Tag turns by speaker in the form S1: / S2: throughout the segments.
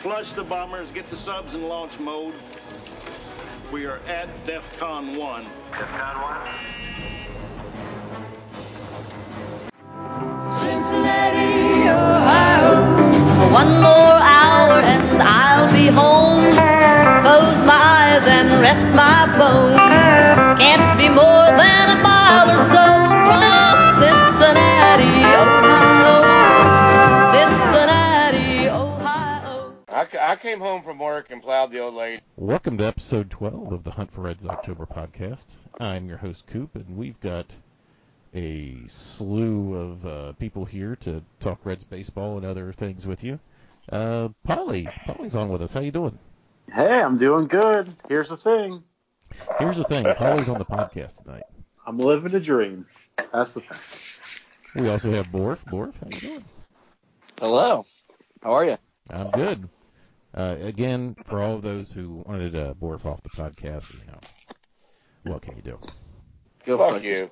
S1: Flush the bombers, get the subs in launch mode. We are at DEFCON 1.
S2: Cincinnati, Ohio.
S3: One more hour and I'll be home. Close my eyes and rest my bones. Can't be more than a mile or so from Cincinnati, Ohio. Cincinnati, Ohio.
S4: I, ca- I came home from work and plowed the old lady.
S5: Welcome to episode 12 of the Hunt for Red's October podcast. I'm your host, Coop, and we've got a slew of uh, people here to talk Reds baseball and other things with you. Uh, Polly, Polly's on with us. How you doing?
S6: Hey, I'm doing good. Here's the thing.
S5: Here's the thing, Polly's on the podcast tonight.
S6: I'm living a dream. That's the fact.
S5: We also have Borf. Borf, how you doing?
S4: Hello. How are you?
S5: I'm good. Uh, again, for all of those who wanted uh, Borf off the podcast, you know, what can you do?
S7: Go
S4: Fuck you.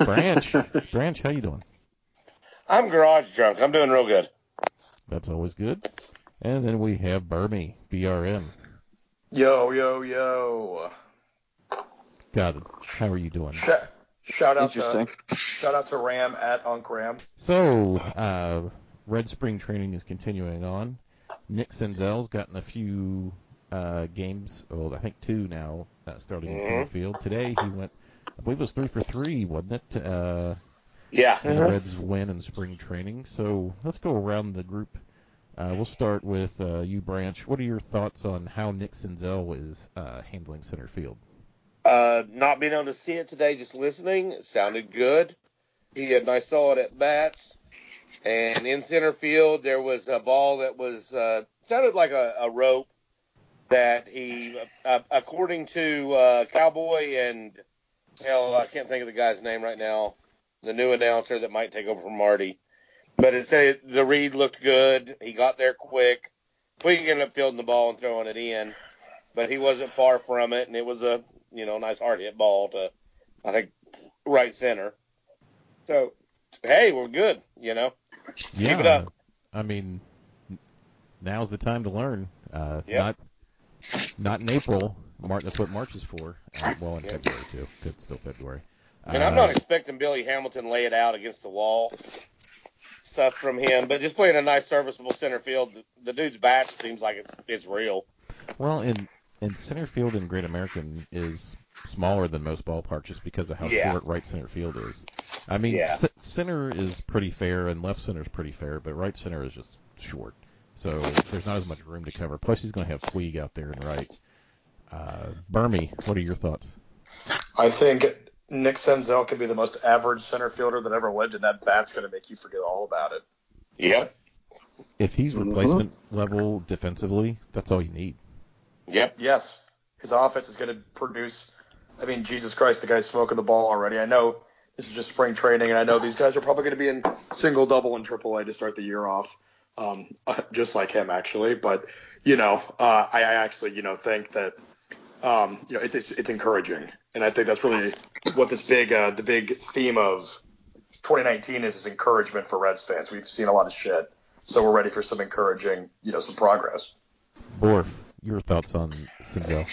S5: Branch, Branch, how you doing?
S4: I'm garage drunk. I'm doing real good.
S5: That's always good. And then we have Burmy, BRM.
S7: Yo, yo, yo.
S5: God, how are you doing?
S7: Sh- shout out to shout out to Ram at Unc Ram.
S5: So, uh, Red Spring training is continuing on. Nick Senzel's gotten a few uh, games, well, I think two now, uh, starting in center field. Today he went, I believe it was three for three, wasn't it? Uh,
S4: Yeah.
S5: and the Reds win in spring training. So let's go around the group. Uh, we'll start with uh, you, Branch. What are your thoughts on how Nick Senzel is uh, handling center field?
S4: Uh, not being able to see it today, just listening, it sounded good. He had nice solid at bats. And in center field, there was a ball that was uh, sounded like a, a rope that he, uh, according to uh, Cowboy and hell, I can't think of the guy's name right now, the new announcer that might take over from Marty. But it said the read looked good. He got there quick. We ended up fielding the ball and throwing it in, but he wasn't far from it, and it was a you know, nice hard hit ball to, I think, right center. So, hey, we're good, you know.
S5: yeah,
S4: it up.
S5: I mean, n- now's the time to learn. Uh,
S4: Yep.
S5: Not not in April. March, that's what March is for. Uh, well, in
S4: Yep.
S5: February too. It's still February.
S4: And I'm
S5: Uh,
S4: not expecting Billy Hamilton to lay it out against the wall, stuff from him, but just playing a nice serviceable center field. The, the dude's bat seems like it's it's real.
S5: Uh, Well, in in center field in Great American is smaller than most ballparks just because of how
S4: Yeah.
S5: short right center field is. I mean,
S4: Yeah.
S5: c- center is pretty fair and left center is pretty fair, but right center is just short. So there's not as much room to cover. Plus, he's going to have Puig out there and right. Uh, Burmy, what are your thoughts?
S7: I think Nick Senzel could be the most average center fielder that ever lived, and that bat's going to make you forget all about it.
S4: Yep.
S5: If he's
S6: Mm-hmm.
S5: replacement level defensively, that's all you need.
S4: Yep.
S7: Yes, his offense is going to produce. I mean, Jesus Christ, the guy's smoking the ball already. I know this is just spring training, and I know these guys are probably going to be in single, double, and triple A to start the year off, um, just like him actually. But you know, uh, I, I actually you know think that um, you know it's, it's it's encouraging, and I think that's really what this big uh, the big theme of 2019 is is encouragement for Reds fans. We've seen a lot of shit, so we're ready for some encouraging, you know, some progress.
S5: Borf, your thoughts on Sinzel?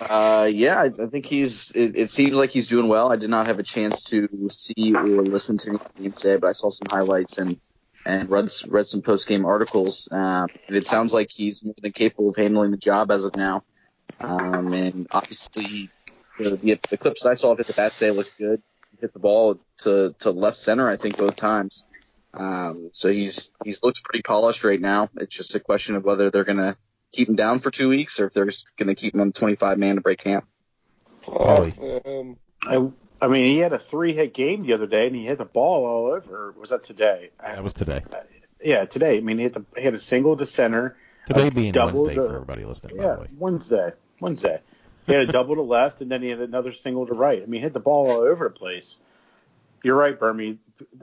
S8: Uh, yeah, I, I think he's. It, it seems like he's doing well. I did not have a chance to see or listen to any game today, but I saw some highlights and and read s- read some post game articles. Uh, and it sounds like he's more than capable of handling the job as of now. Um, and obviously, the, the, the clips that I saw of it the past day looked good. He hit the ball to to left center, I think, both times. Um, so he's he's looks pretty polished right now. It's just a question of whether they're gonna keep him down for two weeks, or if they're going to keep him on 25 man to break camp.
S5: Polly.
S4: Um,
S6: I, I mean, he had a three-hit game the other day, and he hit the ball all over. Was that today?
S5: That was today.
S6: yeah, today. I mean, he hit, the, he hit a single to center.
S5: Today being
S6: double
S5: Wednesday
S6: the-
S5: for everybody listening, by
S6: Yeah,
S5: the way.
S6: Wednesday. Wednesday. He had a double to left, and then he had another single to right. I mean, he hit the ball all over the place. You're right, Burmy.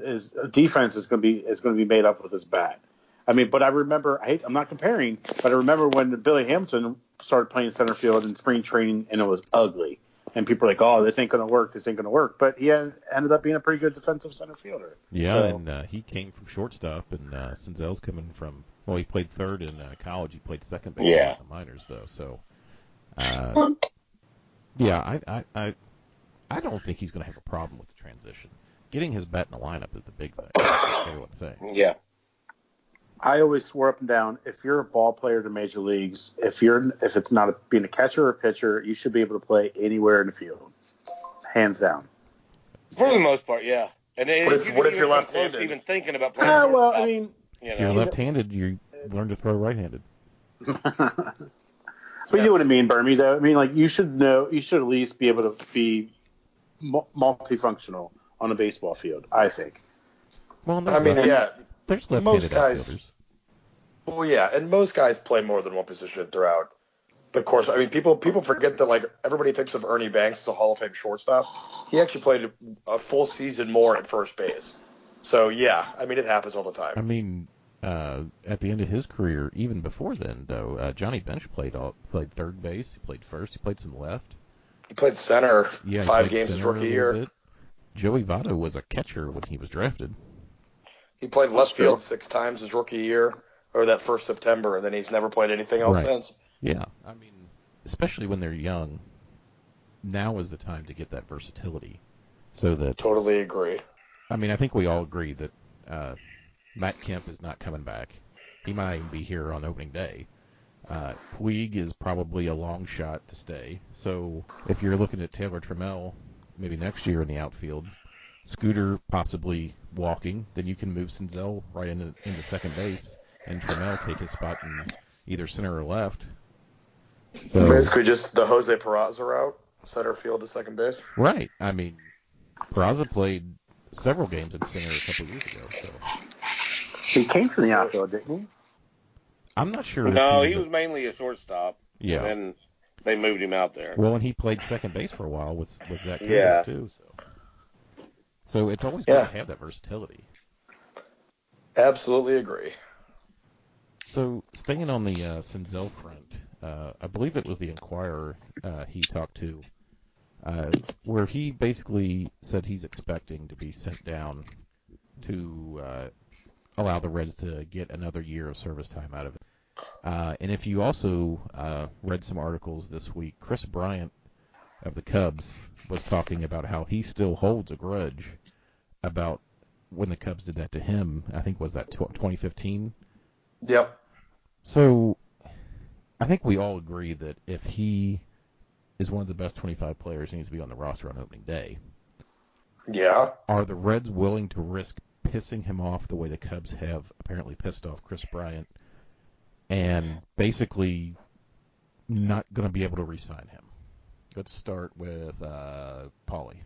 S6: His defense is going to be is going to be made up with his bat. I mean, but I remember I hate, I'm not comparing, but I remember when Billy Hamilton started playing center field in spring training, and it was ugly. and people are like, "Oh, this ain't gonna work. This ain't gonna work." But he en- ended up being a pretty good defensive center fielder.
S5: Yeah,
S6: So-
S5: and uh, he came from shortstop, and uh, Senzel's coming from. Well, he played third in uh, college. He played second base
S4: Yeah.
S5: in the minors, though. So, uh, yeah, I, I, I, I don't think he's going to have a problem with the transition. Getting his bat in the lineup is the big thing. Everyone's saying.
S4: Yeah.
S6: I always swore up and down: if you're a ball player to major leagues, if you're if it's not a, being a catcher or a pitcher, you should be able to play anywhere in the field, hands down.
S4: For the most part, yeah. And then
S7: What if-
S4: you didn't
S7: what if
S4: even
S7: you're
S4: come close to
S7: left-handed?
S4: Even thinking about playing
S6: Ah, well, I
S4: shortstop,
S6: mean,
S4: you
S5: If you're
S4: know.
S5: left-handed, you learn to throw right-handed.
S6: but you know what I mean, Burmy. Though I mean, like you should know, you should at least be able to be mu- multifunctional on a baseball field. I think.
S5: Well, no,
S7: I mean,
S5: left-
S7: yeah.
S5: there's
S7: most
S5: left-handed
S7: guys-
S5: outfielders.
S7: Well, yeah, and most guys play more than one position throughout the course. I mean, people people forget that like everybody thinks of Ernie Banks as a Hall of Fame shortstop. He actually played a full season more at first base. So yeah, I mean it happens all the
S5: I
S7: time.
S5: mean, uh, at the end of his career, even before then, though, uh, Johnny Bench played all played third base. He played first. He played some left.
S7: He played center
S5: Yeah, he
S7: five
S5: played
S7: games his
S5: center a
S7: rookie
S5: little
S7: year.
S5: bit. Joey Votto was a catcher when he was drafted.
S7: He played left
S8: true.
S7: field six times his rookie year or that first September, and then he's never played anything else
S5: Right.
S7: since.
S5: Yeah, I mean, especially when they're young, now is the time to get that versatility. So that
S7: Totally agree.
S5: I mean, I think we all agree that uh, Matt Kemp is not coming back. He might even be here on opening day. Uh, Puig is probably a long shot to stay. So if you're looking at Taylor Trammell maybe next year in the outfield, Scooter possibly walking, then you can move Sinzel right into, into second base and Trammell take his spot in either center or left. So,
S7: Basically, just the Jose Peraza route, center field to second base.
S5: right. I mean, Peraza played several games in center a couple years ago. So
S6: He came from the outfield, didn't he?
S5: I'm not sure. if
S4: No,
S5: he's
S4: he
S5: a-
S4: was mainly a shortstop.
S5: Yeah.
S4: And then they moved him out there.
S5: Well, and he played second base for a while with with Zach Taylor
S7: Yeah.
S5: too. So, so it's always good
S7: Yeah.
S5: to have that versatility.
S7: Absolutely agree.
S5: So staying on the uh, Senzel front, uh, I believe it was the Inquirer uh, he talked to, uh, where he basically said he's expecting to be sent down to uh, allow the Reds to get another year of service time out of it. Uh, and if you also uh, read some articles this week, Chris Bryant of the Cubs was talking about how he still holds a grudge about when the Cubs did that to him. I think was that tw 2015
S7: Yep.
S5: so, I think we all agree that if he is one of the best 25 players, he needs to be on the roster on opening day.
S7: Yeah.
S5: Are the Reds willing to risk pissing him off the way the Cubs have apparently pissed off Chris Bryant and basically not going to be able to re sign him? Let's start with uh, Paulie.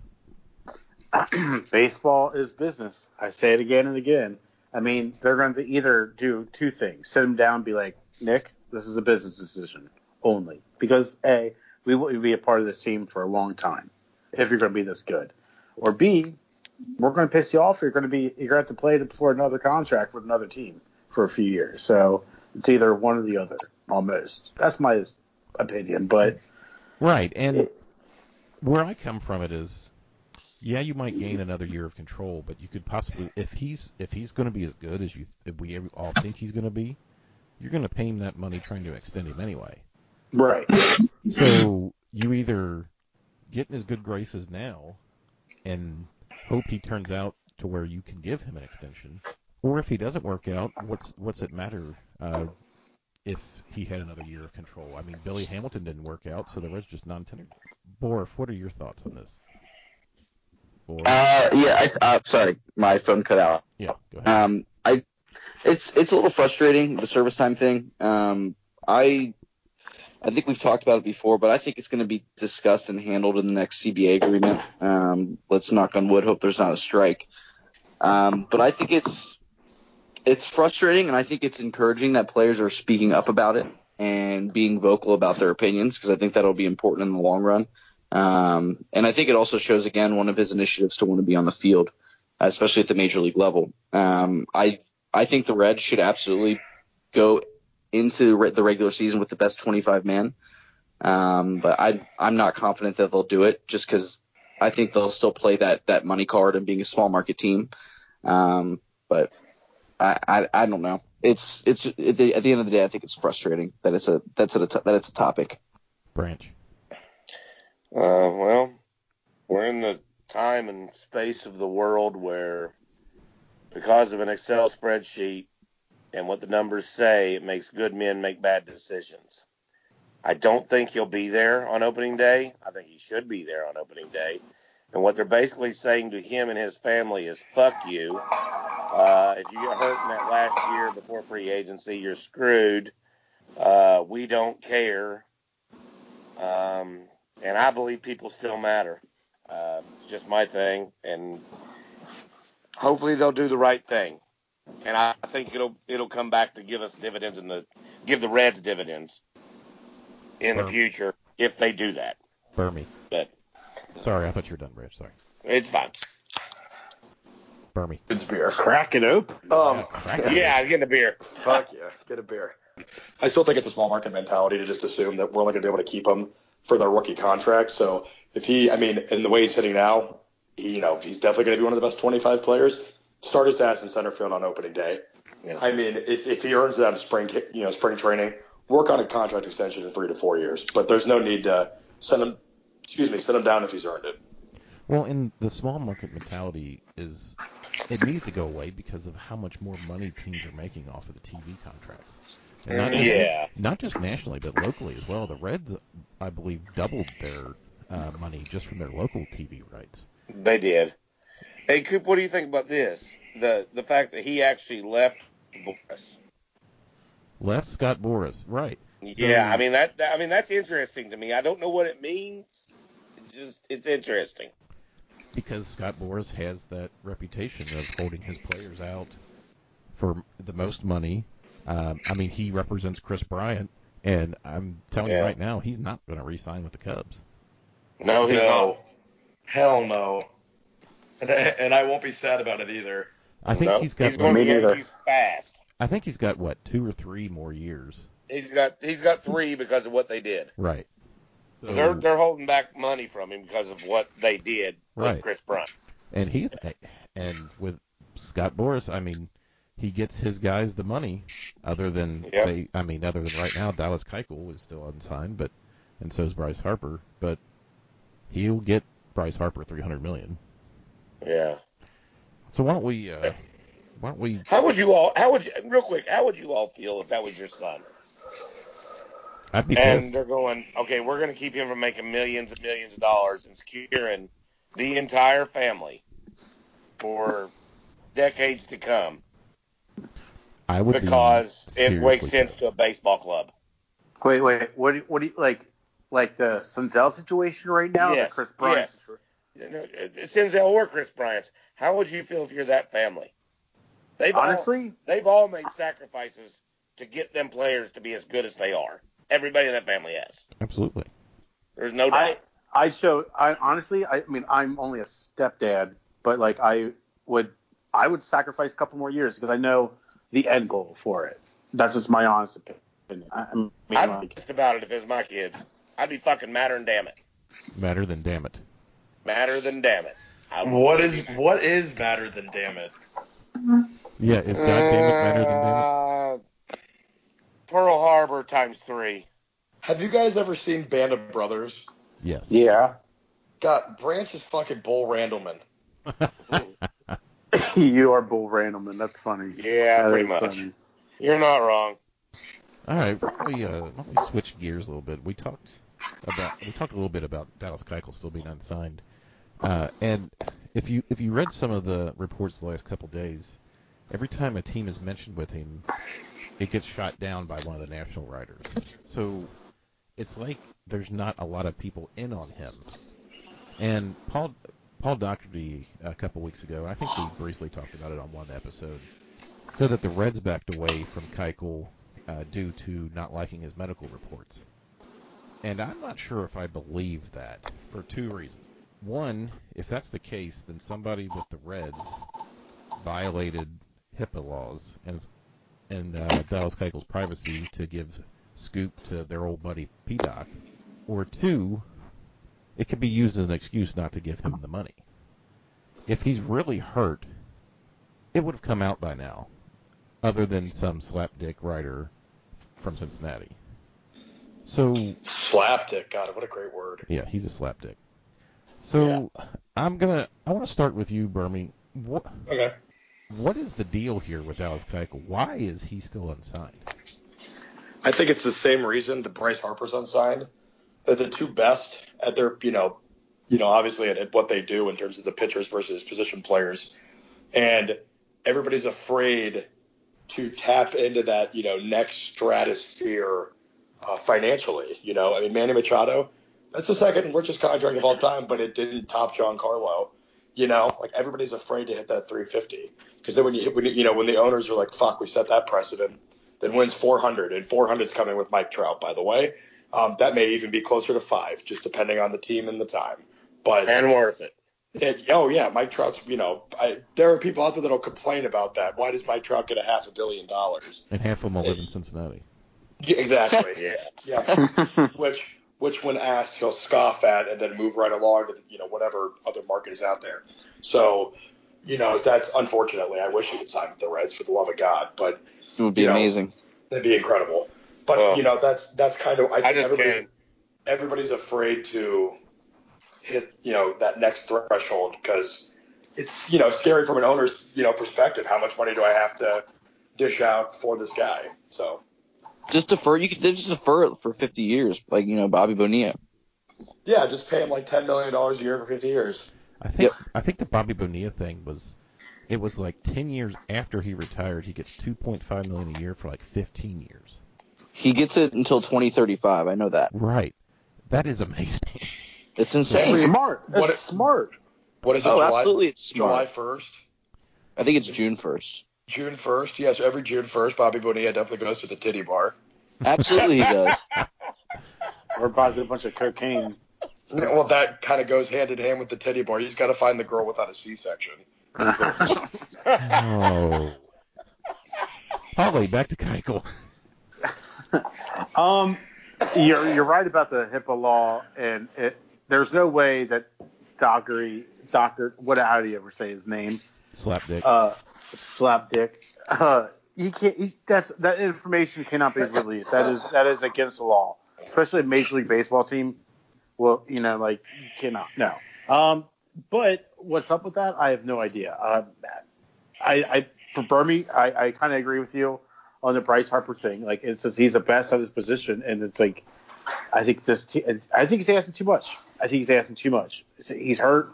S6: baseball is business. I say it again and again. I mean, they're going to either do two things: sit him down, and be like, "Nick, this is a business decision only," because a, we want you to be a part of this team for a long time if you're going to be this good, or b, we're going to piss you off. You're going to be you're going to have to play to- for another contract with another team for a few years. So it's either one or the other, almost. That's my opinion, but
S5: Right, and where I come from it is, yeah, you might gain another year of control, but you could possibly, if he's if he's going to be as good as you if we all think he's going to be, you're going to pay him that money trying to extend him anyway.
S6: right.
S5: So you either get in his good graces now and hope he turns out to where you can give him an extension, or if he doesn't work out, what's what's it matter uh, if he had another year of control? I mean, Billy Hamilton didn't work out, so the Reds just non-tendered. Borf, what are your thoughts on this? Borf,
S8: Uh, yeah, I, uh, sorry, my phone cut out.
S5: yeah, go ahead.
S8: Um, I, it's it's a little frustrating the service time thing. Um, I, I think we've talked about it before, but I think it's going to be discussed and handled in the next CBA agreement. Um, let's knock on wood, hope there's not a strike. Um, but I think it's it's frustrating, and I think it's encouraging that players are speaking up about it and being vocal about their opinions because I think that'll be important in the long run. Um, and I think it also shows again one of his initiatives to want to be on the field especially at the major league level. Um, I I think the Reds should absolutely go into re- the regular season with the best 25 man. Um, but I, I'm not confident that they'll do it just because I think they'll still play that, that money card and being a small market team. Um, but I, I, I don't know. It's, it's at the, at the end of the day, I think it's frustrating that it's a, that's at a, to- that it's a topic.
S5: Branch.
S4: Uh, well, we're in the time and space of the world where, because of an Excel spreadsheet and what the numbers say, it makes good men make bad decisions. I don't think he'll be there on opening day. I think he should be there on opening day. And what they're basically saying to him and his family is, fuck you. Uh, if you get hurt in that last year before free agency, you're screwed. Uh, we don't care. Um, and I believe people still matter. Uh, it's just my thing, and hopefully they'll do the right thing. And I think it'll it'll come back to give us dividends in the give the Reds dividends in the
S5: Sure.
S4: future if they do that.
S5: Burmy.
S4: But
S5: Sorry, I thought you were done, Branch. Sorry.
S4: it's fine.
S5: Burmy.
S7: It's beer.
S6: Crack it open.
S7: Um,
S4: Yeah, I'm getting a beer.
S7: Fuck yeah, get a beer. I still think it's a small market mentality to just assume that we're only going to be able to keep him for their rookie contract. So if he, I mean, in the way he's hitting now, he, you know, he's definitely going to be one of the best 25 players. Start his ass in center field on opening day.
S4: Yeah.
S7: I mean, if, if he earns that in spring, ca- you know, spring training, work on a contract extension in three to four years. But there's no need to send him, excuse me, send him down if he's earned it.
S5: Well, and the small market mentality is it needs to go away because of how much more money teams are making off of the TV contracts. And not just,
S4: Yeah.
S5: Not just nationally, but locally as well. The Reds, I believe, doubled their uh, money just from their local TV rights.
S4: They did. Hey, Coop, what do you think about this? The the fact that he actually left Boris.
S5: Left Scott Boras, right?
S4: Yeah, I mean that, that. I mean that's interesting to me. I don't know what it means. It's just it's interesting.
S5: Because Scott Boras has that reputation of holding his players out for the most money. Um, I mean, he represents Chris Bryant, and I'm telling you
S4: Yeah.
S5: right now, he's not going to re-sign with the Cubs.
S4: No, he's
S9: No. Hell no. And, and I won't be sad about it either.
S5: I think
S4: no.
S5: he's got.
S4: going to
S6: Me neither.
S4: Yankees fast.
S5: I think he's got what two or three more years.
S4: He's got he's got three because of what they did.
S5: Right. So,
S4: They're they're holding back money from him because of what they did
S5: Right.
S4: with Chris Bryant.
S5: and he's and with Scott Boris, I mean, he gets his guys the money. Other than
S4: Yep.
S5: say, I mean, other than right now, Dallas Keuchel is still unsigned, but and so is Bryce Harper, but he'll get Bryce Harper three hundred million.
S4: Yeah.
S5: So why don't we? Uh, why don't we?
S4: How would you all? How would you? Real quick, how would you all feel if that was your son?
S5: I'd be
S4: and
S5: pissed.
S4: they're going, okay, we're going to keep him from making millions and millions of dollars and securing the entire family for decades to come
S5: I would be
S4: because it makes
S5: seriously
S4: sense
S5: pissed.
S4: to a baseball club.
S6: Wait, wait. What? do- What do you like? Like the Sunzel situation right now?
S4: Yes,
S6: The Chris Bryant.
S4: yes. You know, Sinzel or Chris Bryant, how would you feel if you're that family? They've all,
S6: Honestly,
S4: they've all made sacrifices to get them players to be as good as they are. Everybody in that family has.
S5: Absolutely.
S4: There's no doubt.
S6: I I show. I honestly. I, I mean, I'm only a stepdad, but like I would. I would sacrifice a couple more years because I know the end goal for it. That's just my honest opinion. I, I mean,
S4: I'd be
S6: like,
S4: pissed about it if it was my kids. I'd be fucking madder than damn it.
S5: Matter than damn it.
S4: Madder than damn it. I would
S9: What is what is madder than damn it?
S5: Yeah, is God damn it matter than damn it?
S4: Uh, Pearl Harbor times three.
S7: Have you guys ever seen Band of Brothers?
S5: Yes.
S6: yeah.
S7: God, Branch is fucking Bull Randleman.
S6: you are Bull Randleman. That's funny.
S4: Yeah,
S6: That
S4: pretty
S6: is
S4: much.
S6: funny.
S4: You're not wrong.
S5: All right, why don't we, uh, why don't we switch gears a little bit? We talked about we talked a little bit about Dallas Keuchel still being unsigned, uh, and if you if you read some of the reports the last couple days, every time a team is mentioned with him, it gets shot down by one of the national writers. So it's like there's not a lot of people in on him. And Paul Paul Doherty a couple weeks ago, and I think we briefly talked about it on one episode, said that the Reds backed away from Keuchel uh, due to not liking his medical reports. And I'm not sure if I believe that for two reasons. One, if that's the case, then somebody with the Reds violated HIPAA laws and and uh, Dallas Keuchel's privacy to give scoop to their old buddy P Doc or two, it could be used as an excuse not to give him the money. If he's really hurt, it would have come out by now, other than some slapdick writer from Cincinnati. So
S7: Slapdick. God, what a great word.
S5: yeah, he's a slapdick. So I'm gonna I want to start with you, Burmy. What
S7: Okay.
S5: what is the deal here with Dallas Keuchel? Why is he still unsigned?
S7: I think it's the same reason that Bryce Harper's unsigned. They're the two best at their, you know, you know, obviously at, at what they do in terms of the pitchers versus position players, and everybody's afraid to tap into that, you know, next stratosphere uh, financially. You know, I mean, Manny Machado, that's the second richest contract of all time, but it didn't top John Carlo. You know, like everybody's afraid to hit that 350 because then when you hit, when you, you know, when the owners are like, "Fuck, we set that precedent," then wins 400, and 400's coming with Mike Trout, by the way. Um, that may even be closer to five, just depending on the team and the time. But
S4: and worth it.
S7: and, oh yeah, Mike Trout's. You know, I, there are people out there that'll complain about that. Why does Mike Trout get a half a billion dollars?
S5: And half of them live in Cincinnati.
S7: Yeah, exactly.
S4: Yeah.
S7: yeah. Which, which when asked, he'll scoff at and then move right along to you know whatever other market is out there. So, you know, that's unfortunately. I wish he would sign with the Reds for the love of God, but
S8: It would be
S7: You know,
S8: amazing.
S7: that'd be incredible. But
S4: Well,
S7: you know, that's that's kind of I, think
S4: just
S7: everybody's,
S4: can't.
S7: everybody's afraid to hit you know that next threshold because it's you know scary from an owner's you know perspective. How much money do I have to dish out for this guy? So
S8: Just defer. You could just defer it for 50 years, like you know Bobby Bonilla.
S7: yeah, just pay him like ten million dollars a year for fifty years.
S5: I think I think the Bobby Bonilla thing was it was like ten years after he retired, he gets two point five million a year for like fifteen years.
S8: He gets it until 2035. I know that.
S5: Right. That is amazing.
S8: It's insane.
S6: Smart. That's
S7: What-
S6: smart.
S7: What is it?
S8: Oh,
S7: July,
S8: absolutely, it's
S7: July
S8: smart.
S7: first,
S8: I think it's June 1st.
S7: June first. Yes, every June first, Bobby Bonilla definitely goes to the titty bar.
S8: Absolutely, he does.
S6: Or buys a bunch of cocaine.
S7: Yeah, Well, that kind of goes hand in hand with the teddy bar. He's got to find the girl without a C-section.
S5: Oh. Holly, back to Keuchel.
S6: Um, you're you're right about the HIPAA law, and it, there's no way that Dockery, Doctor, what how do you ever say his name?
S5: Slapdick.
S6: Uh, Slapdick. Uh, he can't. He, that's that information cannot be released. That is that is against the law, especially a Major League Baseball team. Well, you know, like you cannot. No. Um, but what's up with that? I have no idea. Uh, I, I for Burmy, I, I kind of agree with you on the Bryce Harper thing. Like it says he's the best at his position, and it's like I think this. Te- I think he's asking too much. I think he's asking too much. He's hurt.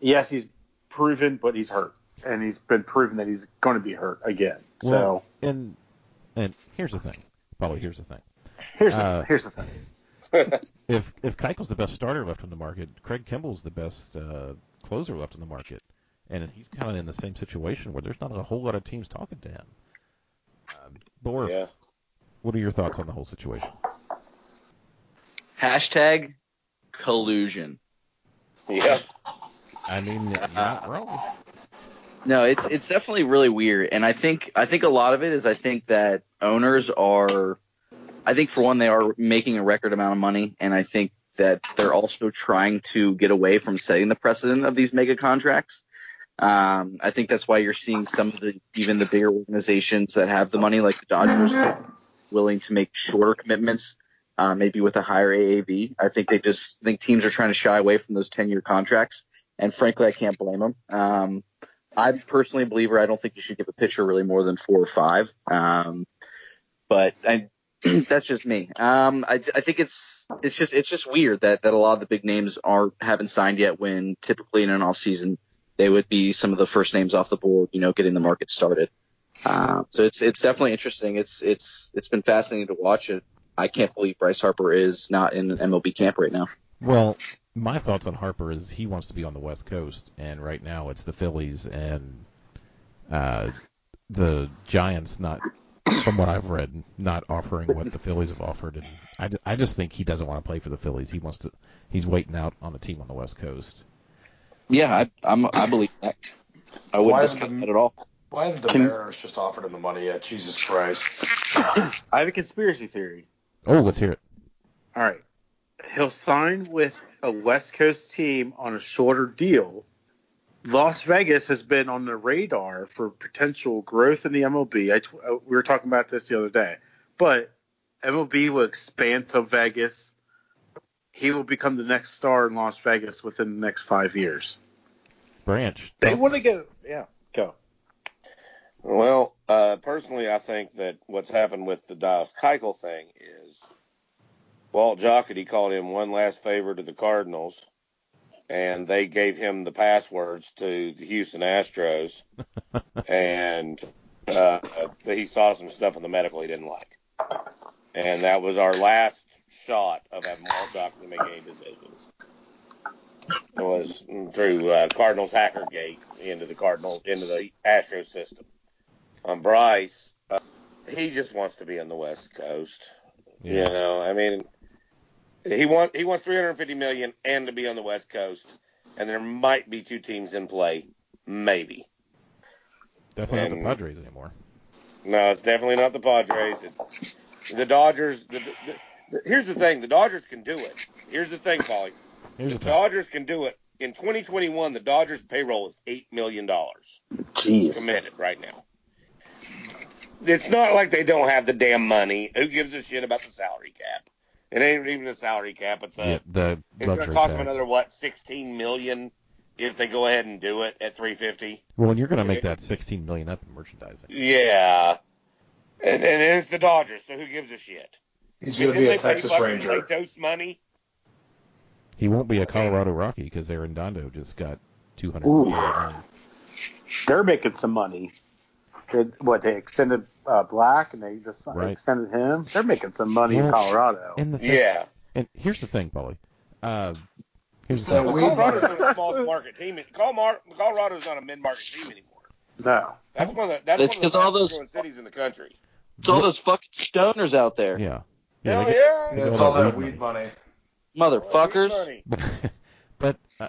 S6: Yes, he's proven, but he's hurt, and he's been proven that he's going to be hurt again.
S5: Well, and and here's the thing. Probably here's the thing.
S6: so here's the,
S5: uh,
S6: here's the thing.
S5: If if Keuchel's the best starter left on the market, Craig Kimball's the best uh, closer left on the market, and he's kind of in the same situation where there's not a whole lot of teams talking to him. Um, Borf,
S4: Yeah.
S5: what are your thoughts on the whole situation?
S8: Hashtag collusion.
S4: Yeah.
S5: I mean, you're not wrong.
S8: No, it's it's definitely really weird, and I think I think a lot of it is I think that owners are, I think for one they are making a record amount of money, and I think that they're also trying to get away from setting the precedent of these mega contracts. Um, I think that's why you're seeing some of the even the bigger organizations that have the money, like the Dodgers, willing to make shorter commitments, uh, maybe with a higher AAV. I think they just I think teams are trying to shy away from those 10 year contracts, and frankly, I can't blame them. Um, I'm personally a believer. I don't think you should give a pitcher really more than four or five. Um, but I, that's just me. Um, I, I think it's it's just it's just weird that, that a lot of the big names are haven't signed yet. When typically in an off season, they would be some of the first names off the board. You know, getting the market started. Um, so it's it's definitely interesting. It's it's it's been fascinating to watch it. I can't believe Bryce Harper is not in an MLB camp right now.
S5: Well, my thoughts on Harper is he wants to be on the West Coast, and right now it's the Phillies and uh, the Giants. Not from what I've read, not offering what the Phillies have offered, and I, ju- I just think he doesn't want to play for the Phillies. He wants to. He's waiting out on a team on the West Coast.
S8: Yeah, I, I'm I believe that. I wouldn't
S7: Why is
S8: discount
S7: the-
S8: that at all.
S7: Why haven't the Mariners just offered him the money yet? Jesus Christ.
S6: I have a conspiracy theory.
S5: Oh, let's hear it.
S6: All right. he'll sign with a West Coast team on a shorter deal. Las Vegas has been on the radar for potential growth in the MLB. I t- uh, we were talking about this the other day, but MLB will expand to Vegas. He will become the next star in Las Vegas within the next five years.
S5: Branch.
S6: They
S5: thoughts?
S6: want to get yeah go.
S4: Well, uh, personally, I think that what's happened with the Dias Keuchel thing is Walt Jockety called him one last favor to the Cardinals, and they gave him the passwords to the Houston Astros, and uh, he saw some stuff in the medical he didn't like, and that was our last shot of having Walt Jockety make any decisions. It was through uh, Cardinals Hackergate into the Cardinal into the Astro system on Bryce, uh, he just wants to be on the West Coast. You know, I mean, he want he wants 350 million and to be on the West Coast, and there might be two teams in play, maybe.
S5: Definitely not the
S4: and-
S5: Padres anymore.
S4: No, it's definitely not the Padres. It, the Dodgers. The, the, the, here's the thing: the Dodgers can do it. Here's the thing, Paulie.
S5: Here's the
S4: The
S5: thing.
S4: Dodgers can do it. In 2021, the Dodgers' payroll is eight million dollars.
S6: Jeez,
S4: committed right now. It's not like they don't have the damn money. Who gives a shit about the salary cap? It ain't even a salary cap. It's a.
S5: Yeah, the
S4: It's going to
S5: luxury
S4: cost
S5: tax.
S4: them another what, sixteen million, if they go ahead and do it at three fifty.
S5: Well, and you're going to make that 16 million up in merchandising.
S4: Yeah. And, and it's the Dodgers, so who gives a shit?
S9: He's going to
S4: Didn't
S9: be
S4: they
S9: a
S4: pay
S9: Texas
S4: fucking
S9: Ranger.
S4: Kratos money.
S5: He won't be a Colorado Rocky because Arendondo just got 200.
S6: Ooh.
S5: million.
S6: they're making some money. They're- What they extended uh, Black and they just
S5: Right.
S6: extended him. They're making some money in
S5: Well,
S6: Colorado.
S5: And the thing,
S4: Yeah.
S5: And here's the thing, Polly. Uh, here's the
S9: So
S5: thing.
S9: we-
S4: Colorado's not a small market team. Colmar- Colorado's not a mid market team anymore.
S6: no,
S4: That's one of the that's
S8: It's
S4: one of
S8: 'cause
S4: the fastest
S8: all those-
S4: growing cities in the country.
S8: It's all those fucking stoners out there,
S5: Yeah.
S4: Hell
S5: they
S4: yeah.
S5: they got
S9: It's all that weed money.
S8: motherfuckers.
S5: money. but uh,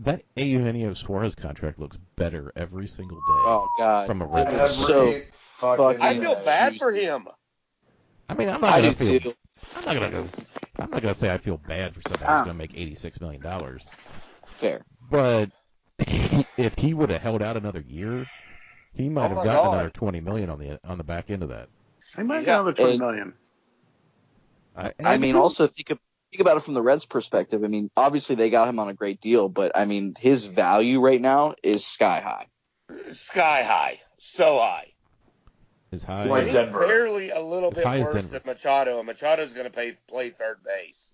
S5: that Eugenio E Suarez contract looks better every single day
S8: Oh god.
S5: from a
S8: It
S5: Red
S8: was
S9: Every
S5: Sox.
S8: so
S9: fucking
S4: I feel
S9: day.
S4: bad for him.
S5: I mean, I'm not
S8: I
S5: going
S8: do
S5: to feel.
S8: too.
S5: I'm not going to. I'm not going to say I feel bad for somebody
S6: Ah.
S5: who's going to make 86 million dollars.
S8: Fair.
S5: But if he would have held out another year, he might
S4: Oh
S5: have
S4: my
S5: gotten
S4: God.
S5: another 20 million on the on the back end of that.
S6: they might
S4: Yeah,
S6: get another twenty
S8: and-
S6: million.
S5: I, and
S8: I mean,
S5: think-
S8: also think of, think about it from the Reds' perspective. I mean, obviously they got him on a great deal, but I mean, his value right now is sky high.
S4: Sky high. So high.
S5: as high.
S9: Like
S5: as-
S9: that. Denver.
S4: Barely a little
S5: As
S4: bit
S5: high as
S4: worse
S5: Denver.
S4: than Machado, and Machado's going to pay, play third base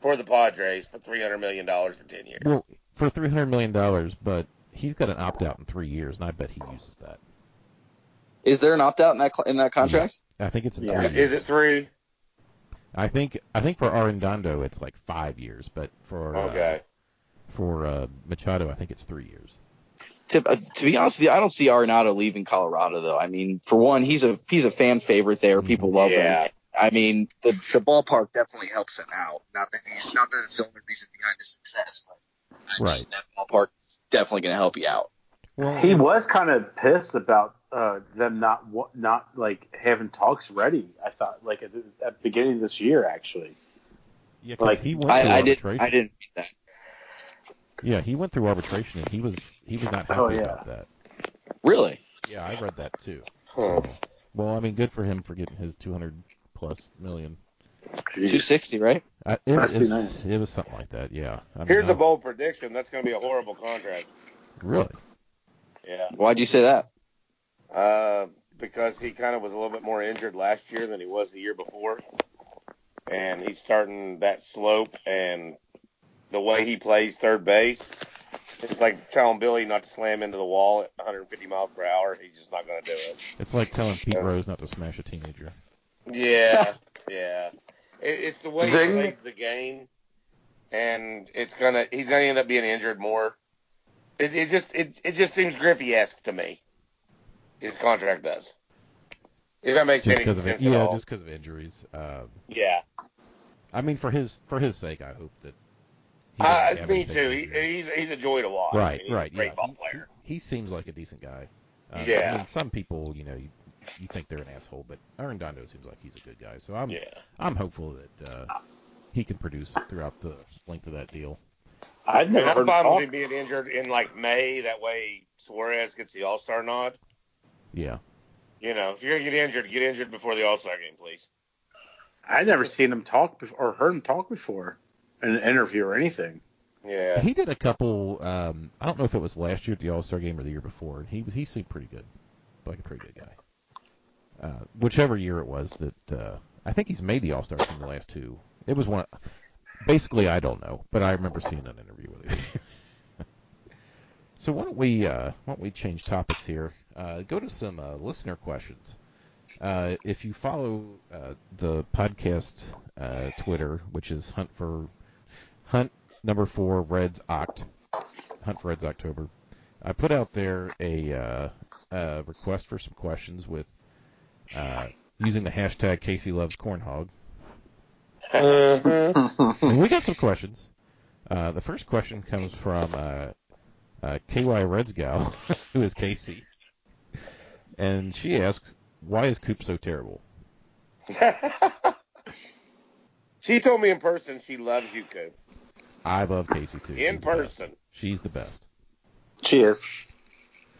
S4: for the Padres for $300 million for 10 years.
S5: Well, for 300 million dollars, but he's got an opt out in three years, and I bet he uses that.
S8: Is there an opt out in that cl- in that contract?
S5: I think it's in
S6: Yeah.
S5: three years.
S4: Is it three?
S5: I think I think for Arendondo it's like five years, but for uh,
S4: Okay.
S5: for uh, Machado I think it's three years.
S8: To, uh, to be honest with you, I don't see Arenado leaving Colorado though. I mean, for one, he's a he's a fan favorite there.
S5: Mm-hmm.
S8: People love
S4: Yeah.
S8: him. I mean, the the ballpark definitely helps him out. Not that he's not that it's the only reason behind his success, but I mean,
S5: Right.
S8: that ballpark is definitely going to help you out.
S5: Well,
S6: He was kind of pissed about uh, them not wa- not like having talks ready. I thought like at the, at the beginning of this year actually.
S5: yeah, 'cause
S6: like,
S5: he went through
S8: I, I did
S5: arbitration.
S8: I didn't read that.
S5: Yeah, he went through arbitration, and he was he was not happy
S6: Oh, yeah.
S5: about that.
S8: Really?
S5: Yeah, I read that too.
S4: Huh.
S5: Well, I mean, good for him for getting his 200 plus million.
S8: Two sixty, right?
S5: I, it, was,
S6: Must be nice.
S5: it was something like that. Yeah. I mean,
S4: Here's
S5: I-
S4: a bold prediction. That's going to be a horrible contract.
S5: Really?
S4: Yeah.
S8: Why'd you say that?
S4: Uh, because he kind of was a little bit more injured last year than he was the year before. And he's starting that slope, and the way he plays third base, it's like telling Billy not to slam into the wall at 150 miles per hour. He's just not going to do it.
S5: It's like telling Pete
S4: Yeah.
S5: Rose not to smash a teenager.
S4: Yeah, yeah. It, it's the way
S9: Zing.
S4: he plays the game, and it's gonna he's gonna end up being injured more. It, it just it, it just seems Griffey-esque to me. His contract does. If that makes
S5: Just
S4: any
S5: 'cause of
S4: sense
S5: yeah,
S4: at all.
S5: just because of injuries. Uh,
S4: Yeah.
S5: I mean, for his for his sake, I hope that. he doesn't
S4: Uh,
S5: have
S4: me
S5: anything
S4: too.
S5: to
S4: He,
S5: do.
S4: he's he's a joy to watch. I
S5: Right,
S4: mean, he's
S5: right.
S4: A great
S5: yeah.
S4: ball
S5: He-
S4: player.
S5: He, he seems like a decent guy. Uh, I
S4: Yeah.
S5: mean, some people, you know, you, you think they're an asshole, but Arendondo seems like he's a good guy. So I'm
S4: Yeah.
S5: I'm hopeful that uh, he can produce throughout the length of that deal.
S6: I'd never
S4: I'm
S6: heard
S4: fine
S6: of
S4: with him being injured in like May. That way Suarez gets the All Star nod.
S5: Yeah.
S4: You know, if you're gonna get injured, get injured before the All Star game, please.
S6: I'd never seen him talk before, or heard him talk before in an interview or anything.
S4: Yeah.
S5: He did a couple. Um, I don't know if it was last year at the All Star game or the year before, and he he seemed pretty good, like a pretty good guy. Uh, whichever year it was that uh, I think he's made the All Star team the last two. It was one. Basically, I don't know, but I remember seeing an interview with him. so why don't we uh, why don't we change topics here? Uh, go to some uh, listener questions. Uh, if you follow uh, the podcast uh, Twitter, which is Hunt for Hunt number four, Reds Oct, Hunt for Reds October. I put out there a, uh, a request for some questions with uh, using the hashtag Casey loves cornhog. And we got some questions. Uh, the first question comes from uh, uh, KY Reds gal, who is Casey, and she asks, "Why is Coop so terrible?"
S4: she told me in person she loves you, Coop.
S5: I love Casey too.
S4: In
S5: She's the best.
S4: person.
S5: she's the best.
S6: She is.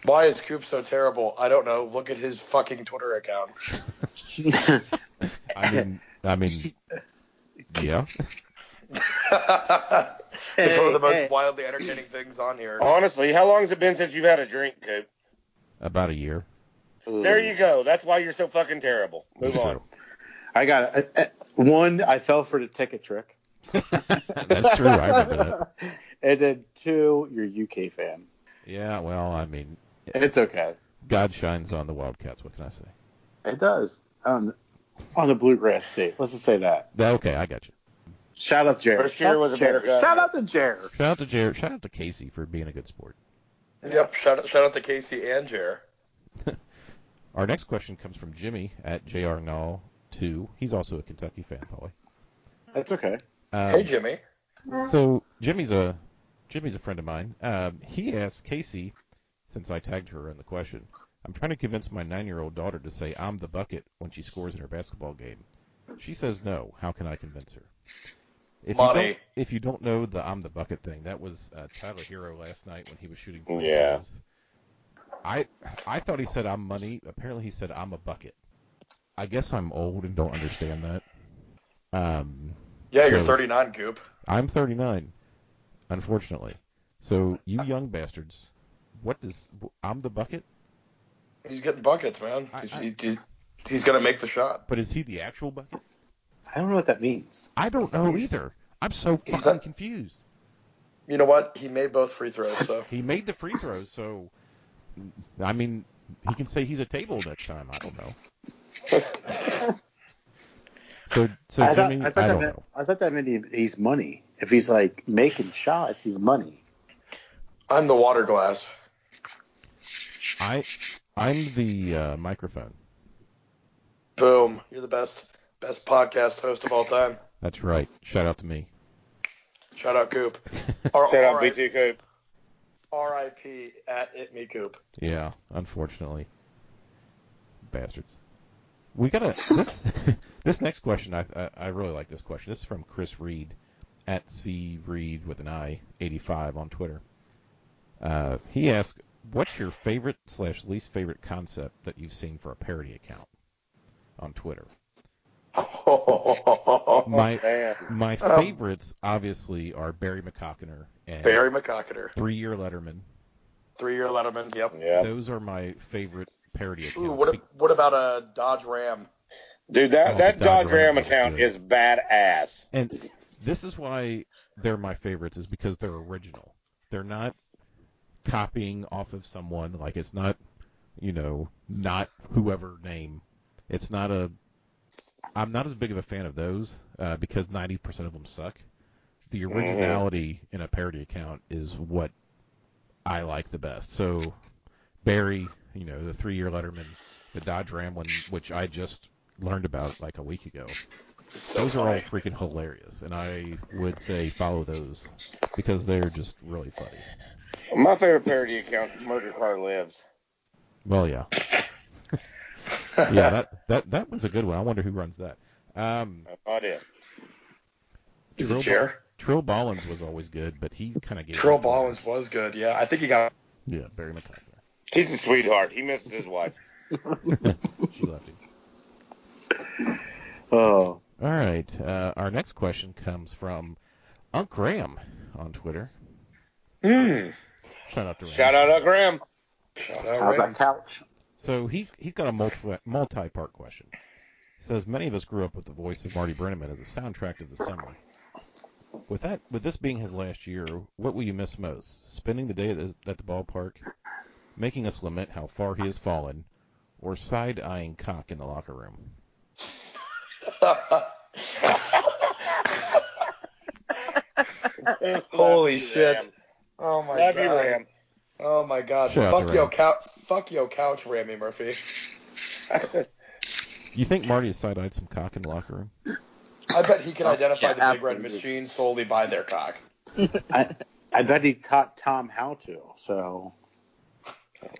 S7: Why is Coop so terrible? I don't know. Look at his fucking Twitter account.
S5: I mean, I mean, yeah.
S7: it's one of the most
S6: Hey, hey.
S7: wildly entertaining things on here.
S4: Honestly, how long has it been since you've had a drink, Coop?
S5: About a year.
S4: There you go. That's why you're so fucking terrible. Move on.
S6: I got I- I- one. I fell for the ticket trick.
S5: That's true. I remember that.
S6: and then two, you're a UK fan.
S5: Yeah, well, I mean,
S6: It's okay.
S5: God shines on the Wildcats. What can I say?
S6: It does on on the bluegrass state. Let's just say that.
S5: That- Okay, I got you.
S6: Shout out Jared.
S4: First year
S6: Shout out
S4: was a
S6: to Jared.
S4: better guy.
S6: Shout out to Jared.
S5: Shout out to Jared. Shout out to Casey for being a good sport.
S7: Yep. Shout out, shout out to Casey and Jer.
S5: Our next question comes from Jimmy at JR Null two. He's also a Kentucky fan, Polly.
S6: That's okay.
S5: Um,
S7: Hey Jimmy.
S5: So Jimmy's a Jimmy's a friend of mine. Um, he asked Casey, since I tagged her in the question, I'm trying to convince my nine-year-old daughter to say I'm the bucket when she scores in her basketball game. She says no. How can I convince her? If You
S7: Money.
S5: don't, if you don't know the I'm the bucket thing, that was uh, Tyler Hero last night when he was shooting. free
S4: Yeah.
S5: throws. I I thought he said I'm money. Apparently he said I'm a bucket. I guess I'm old and don't understand that. Um,
S7: Yeah, you're
S5: So-
S7: 39, Coop.
S5: I'm 39, unfortunately. So you young bastards, what does I'm the bucket?
S7: He's getting buckets, man.
S5: I-
S7: He's,
S5: I-
S7: he- he's, he's gonna make the shot.
S5: But is he the actual bucket?
S6: I don't know what that means.
S5: I don't know either. I'm so
S7: He's
S5: fucking
S7: not-
S5: confused.
S7: You know what? He made both free throws, so
S5: He made the free throws, so I mean, he can say he's a table next time. I don't know. So, so
S6: I thought,
S5: Jimmy,
S6: I
S5: I,
S6: thought that
S5: don't
S6: meant,
S5: know.
S6: I thought that meant he, he's money. If he's like making shots, he's money.
S7: I'm the water glass.
S5: I, I'm the uh, microphone.
S7: Boom. You're the best best podcast host of all time.
S5: That's right. Shout out to me.
S7: Shout out Coop. Or,
S4: Shout out
S7: R-
S4: BT Coop.
S7: R.I.P. at it me Coop.
S5: Yeah, unfortunately. Bastards. We gotta this this next question. I, I I really like this question. This is from Chris Reed at C Reed with an I eighty five on Twitter. Uh, he asked, "What's your favorite slash least favorite concept that you've seen for a parody account on Twitter?" my
S4: Man.
S5: my
S7: Oh, Um,
S5: favorites obviously are Barry McCockiner and
S7: Barry McCocketer.
S5: Three Year Letterman.
S7: Three year Letterman. Yep.
S4: Yeah.
S5: Those are my favorite parody accounts.
S7: Ooh, what
S5: be-
S7: what about a Dodge Ram?
S4: Dude,
S5: Oh,
S4: that, that
S5: the
S4: Dodge
S5: Dodge Ram
S4: Ram
S5: was
S4: account
S5: good.
S4: is badass.
S5: And this is why they're my favorites is because they're original. They're not copying off of someone. Like it's not, you know, not whoever name. It's not a. I'm not as big of a fan of those uh, because 90% of them suck. The originality in a parody account is what I like the best. So Barry, you know, the three-year Letterman, the Dodge Ram one, which I just learned about like a week ago those are all freaking hilarious, and I would say follow those because they're just really funny.
S4: My favorite parody account is Murder Car Lives.
S5: Well, yeah, yeah, that that that was a good one. I wonder who runs that. Um,
S4: Oh, it is.
S9: He's
S5: Trill
S9: a chair.
S5: Trill Ballins was always good, but he kind of gave.
S7: Trill
S5: up there.
S7: Ballins was good. Yeah, I think he got.
S5: Yeah, Barry McIntyre.
S4: He's a sweetheart. He misses his wife.
S5: she left him.
S6: Oh,
S5: All right. Uh, our next question comes from Unc Graham on Twitter.
S4: Mm.
S5: Shout out to Ram.
S4: Shout out to Graham.
S7: Shout out,
S6: how's
S7: Ray.
S6: that couch?
S5: So he's he's got a multi multi part question. He says many of us grew up with the voice of Marty Brenneman as a soundtrack of the summer. With that, with this being his last year, what will you miss most? Spending the day at the, at the ballpark, making us lament how far he has fallen, or side eyeing cock in the locker room?
S7: Holy
S4: Love you,
S7: shit.
S4: Ram.
S7: Oh my
S4: Love
S7: god.
S4: you, Ram.
S7: Oh my god.
S5: Shout out
S7: fuck
S5: to
S7: yo
S5: Ram.
S7: couch. Fuck yo couch, Ramy Murphy.
S5: You think Marty has side eyed some cock in the locker room?
S7: I bet he can
S8: Oh,
S7: identify
S8: yeah,
S7: the big red
S8: absolutely.
S7: machine solely by their cock.
S6: I, I bet he taught Tom how to. So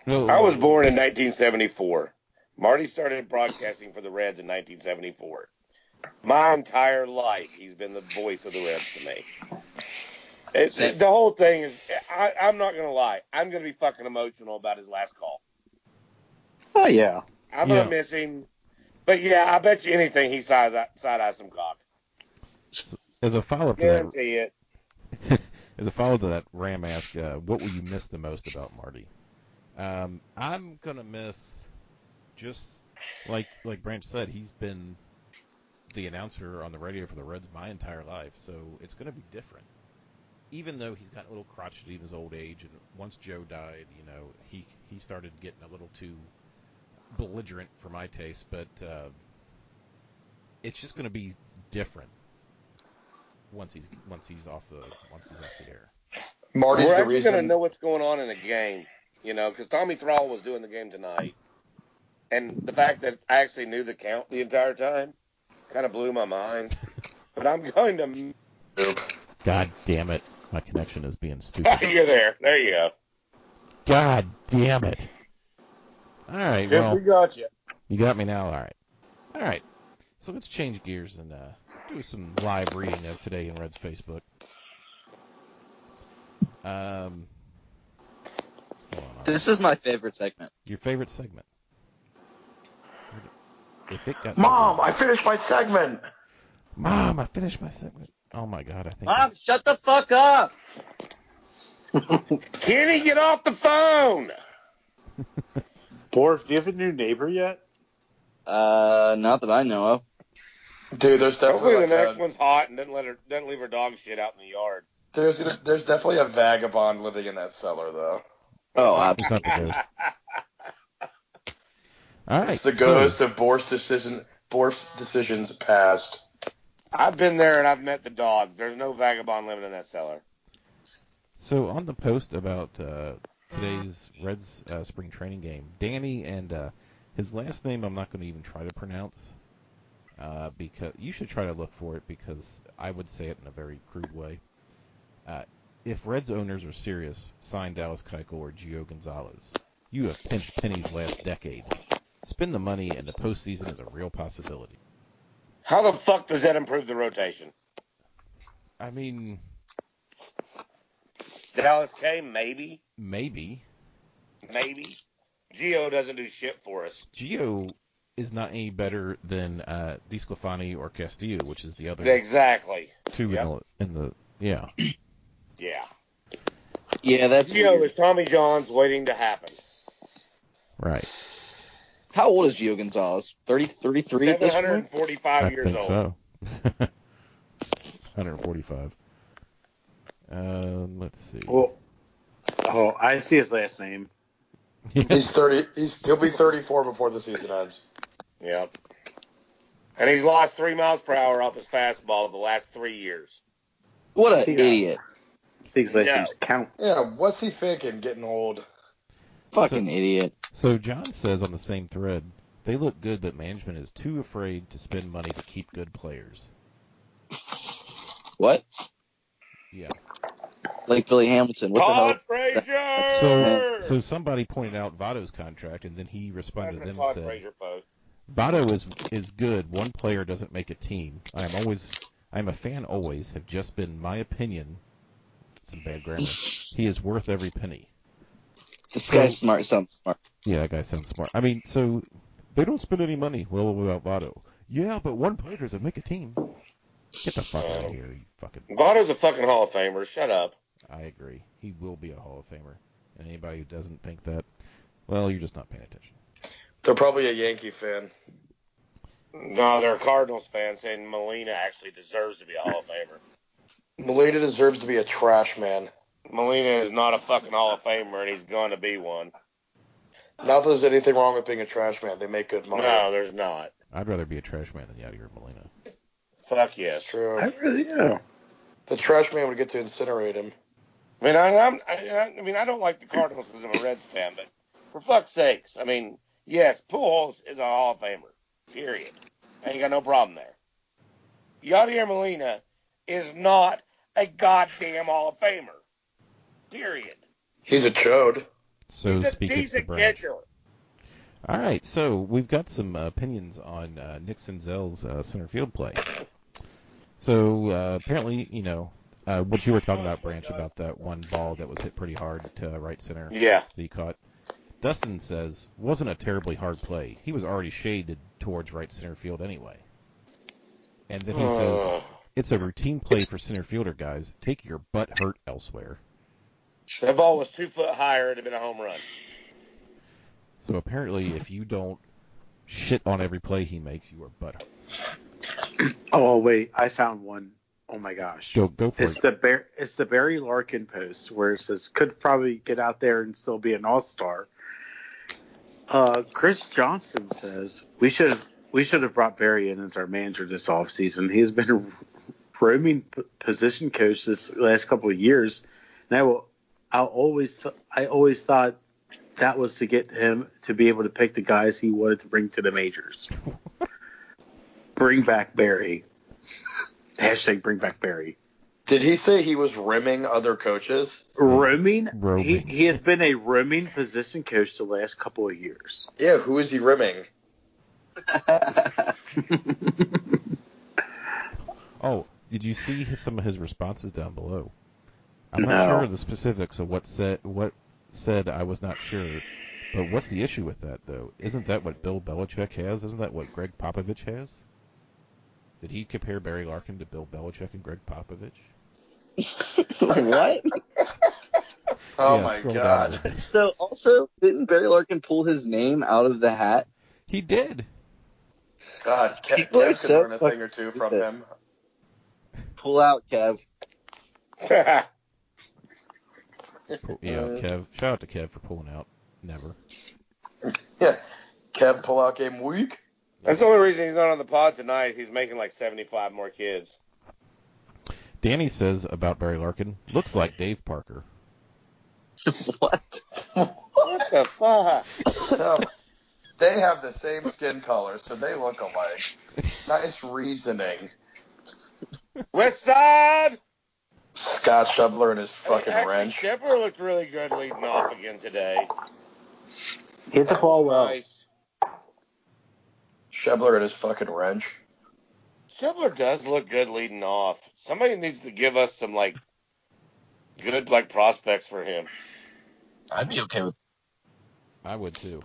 S5: No,
S4: I was born in 1974. Marty started broadcasting for the Reds in 1974. My entire life, he's been the voice of the Reds to me. It's,
S8: Same.
S4: the whole thing is, I, I'm not going to lie. I'm going to be fucking emotional about his last call.
S6: oh yeah,
S4: I'm
S5: Yeah.
S4: going to miss him. But yeah, I bet you anything he side eyes some cock.
S5: As a follow up to that,
S4: Guarantee it.
S5: as a follow to that, Ram asked, uh, "What will you miss the most about Marty?" Um, I'm gonna miss just like like Branch said, he's been the announcer on the radio for the Reds my entire life, so it's gonna be different. Even though he's gotten a little crotchety in his old age, and once Joe died, you know, he he started getting a little too belligerent for my taste, but uh, it's just gonna be different once he's once he's off the once he's off the air.
S7: Marty's
S4: We're
S7: the
S4: actually
S7: reason.
S4: going to know what's going on in a game, you know, because Tommy Thrall was doing the game tonight, and the fact that I actually knew the count the entire time kind of blew my mind. But I'm going to.
S5: God damn it. My connection is being stupid.
S4: You're there. There you go.
S5: God damn it. All
S4: Yep,
S5: right, well,
S4: we got you.
S5: you got me now. All right. All right. So let's change gears and uh, do some live reading of today in Red's Facebook. Um, hold on,
S8: This is my favorite segment.
S5: your favorite segment. If it got
S7: Mom, I finished my segment.
S5: Mom, I finished my segment. Oh my god, I think
S7: Ah!
S8: Mom, shut the fuck up.
S4: Kenny, get off the phone.
S6: Boris, do you have a new neighbor yet?
S8: Uh, not that I know of.
S7: Dude, there's
S4: Hopefully
S7: definitely
S4: the
S7: like
S4: next
S7: a-
S4: one's hot and doesn't let her doesn't leave her dog shit out in the yard.
S7: There's there's definitely a vagabond living in that cellar though.
S8: Oh, I,
S5: it's not the ghost. All right.
S7: It's the
S5: so-
S7: ghost of Borf's decision. Borf's decisions past.
S4: I've been there and I've met the dog. There's no vagabond living in that cellar.
S5: So on the post about uh, today's Reds uh, spring training game, Danny and uh, his last name I'm not going to even try to pronounce uh, because you should try to look for it because I would say it in a very crude way. Uh, if Reds owners are serious, sign Dallas Keuchel or Gio Gonzalez. You have pinched pennies last decade. Spend the money, and the postseason is a real possibility.
S4: How the fuck does that improve the rotation?
S5: I mean,
S4: Dallas K, maybe,
S5: maybe
S4: maybe. Geo doesn't do shit for us.
S5: Gio is not any better than uh, DiSclafani or Castillo, which is the other
S4: Exactly.
S5: two
S4: Yep.
S5: in, the, in the yeah.
S4: Yeah.
S8: yeah, that's
S4: Geo
S8: weird.
S4: is Tommy John's waiting to happen.
S5: Right.
S8: How old is Gio Gonzalez? 30, 33 at this point?
S4: 745
S5: I
S4: years
S5: think
S4: old.
S5: so. 145. Um, let's see.
S6: Well, oh, I see his last name.
S7: He's thirty. He's he'll be 34 before the season ends.
S4: Yep. And he's lost three miles per hour off his fastball the last three years.
S8: What an
S6: Yeah.
S8: idiot.
S6: I think his last
S4: No.
S6: name's Count.
S7: Yeah, what's he thinking? Getting old.
S8: Fucking idiot.
S5: so John says on the same thread, they look good, but management is too afraid to spend money to keep good players.
S8: What?
S5: Yeah.
S8: Like Billy Hamilton. What the hell?
S4: Todd Frazier!
S5: So, so somebody pointed out Votto's contract, and then he responded
S4: That's
S5: to
S4: a
S5: them
S4: Todd
S5: and said,
S4: Frazier post.
S5: Votto is is good. One player doesn't make a team. I am always I'm a fan always, have just been my opinion. Some bad grammar. He is worth every penny.
S8: This guy's smart. Sounds smart.
S5: Yeah, that guy sounds smart. I mean, so they don't spend any money well without Votto. Yeah, but one player doesn't make a team. Get the fuck out of here, you fucking.
S4: Votto's a fucking Hall of Famer. Shut up.
S5: I agree. He will be a Hall of Famer. And anybody who doesn't think that, well, you're just not paying attention.
S7: They're probably a Yankee fan.
S4: No, they're a Cardinals fans saying Molina actually deserves to be a Hall of Famer.
S7: Molina deserves to be a trash man.
S4: Molina is not a fucking Hall of Famer, and he's going to be one.
S7: Not that there's anything wrong with being a trash man. They make good money.
S4: No, there's not.
S5: I'd rather be a trash man than Yadier Molina.
S4: Fuck
S7: That's
S4: yes.
S7: true.
S6: I really do.
S7: The trash man would get to incinerate him.
S4: I mean, I, I'm, I, I mean, I don't like the Cardinals because I'm a Reds fan, but for fuck's sakes, I mean, yes, Pujols is a Hall of Famer. Period. I ain't got no problem there. Yadier Molina is not a goddamn Hall of Famer. Period.
S7: He's a chode.
S5: So
S4: He's a
S5: speaking to
S4: decent
S5: Brad.
S4: pitcher.
S5: All right, so we've got some uh, opinions on uh, Nick Senzel's uh, center field play. So uh, apparently, you know, uh, what you were talking about, Branch, about that one ball that was hit pretty hard to right center
S4: Yeah.
S5: that he caught. Dustin says wasn't a terribly hard play. He was already shaded towards right center field anyway. And then he says it's a routine play for center fielder guys. Take your butt hurt elsewhere.
S4: That ball was two foot higher. It'd have been a home run.
S5: So apparently, if you don't shit on every play he makes, you are butt hurt.
S6: Oh wait, I found one. Oh my gosh.
S5: Go go for
S6: It's
S5: it.
S6: the Bar- it's the Barry Larkin post where it says could probably get out there and still be an all star. Uh, Chris Johnson says we should have we should have brought Barry in as our manager this offseason. He has been a roaming p- position coach this last couple of years, and I will I always th- I always thought that was to get him to be able to pick the guys he wanted to bring to the majors. bring back Barry. Hashtag bring back Barry.
S7: Did he say he was rimming other coaches?
S6: Roaming.
S5: Roaming.
S6: He, he has been a roaming position coach the last couple of years.
S7: Yeah, who is he rimming?
S5: Oh, did you see his, some of his responses down below? I'm
S6: No.
S5: not sure of the specifics of what said what said I was not sure. But what's the issue with that though? Isn't that what Bill Belichick has? Isn't that what Greg Popovich has? Did he compare Barry Larkin to Bill Belichick and Greg Popovich?
S8: what?
S7: Oh
S5: Yeah,
S7: my
S5: scroll down
S7: god.
S5: a little bit.
S8: So also, didn't Barry Larkin pull his name out of the hat?
S5: He did.
S7: God, Kev, Kev
S8: People are
S7: could
S8: so
S7: learn a thing or two
S8: fucking
S7: from
S8: stupid.
S7: him.
S8: Pull out, Kev.
S5: Pull- uh, Yeah, Kev. Shout out to Kev for pulling out. Never.
S7: Yeah. Kev pull out game week.
S4: That's the only reason he's not on the pod tonight. Is he's making like 75 more kids.
S5: Danny says about Barry Larkin, looks like Dave Parker.
S8: What?
S4: What the fuck?
S7: So they have the same skin color, so they look alike. Nice reasoning.
S4: West Side.
S7: Scott Shubler and his fucking
S4: Actually,
S7: wrench.
S4: Shepard looked really good leading off again today.
S6: Hit the ball well.
S4: Nice.
S7: Shubler and his fucking wrench.
S4: Shepard does look good leading off. Somebody needs to give us some like good like prospects for him.
S8: I'd be okay with.
S5: I would too.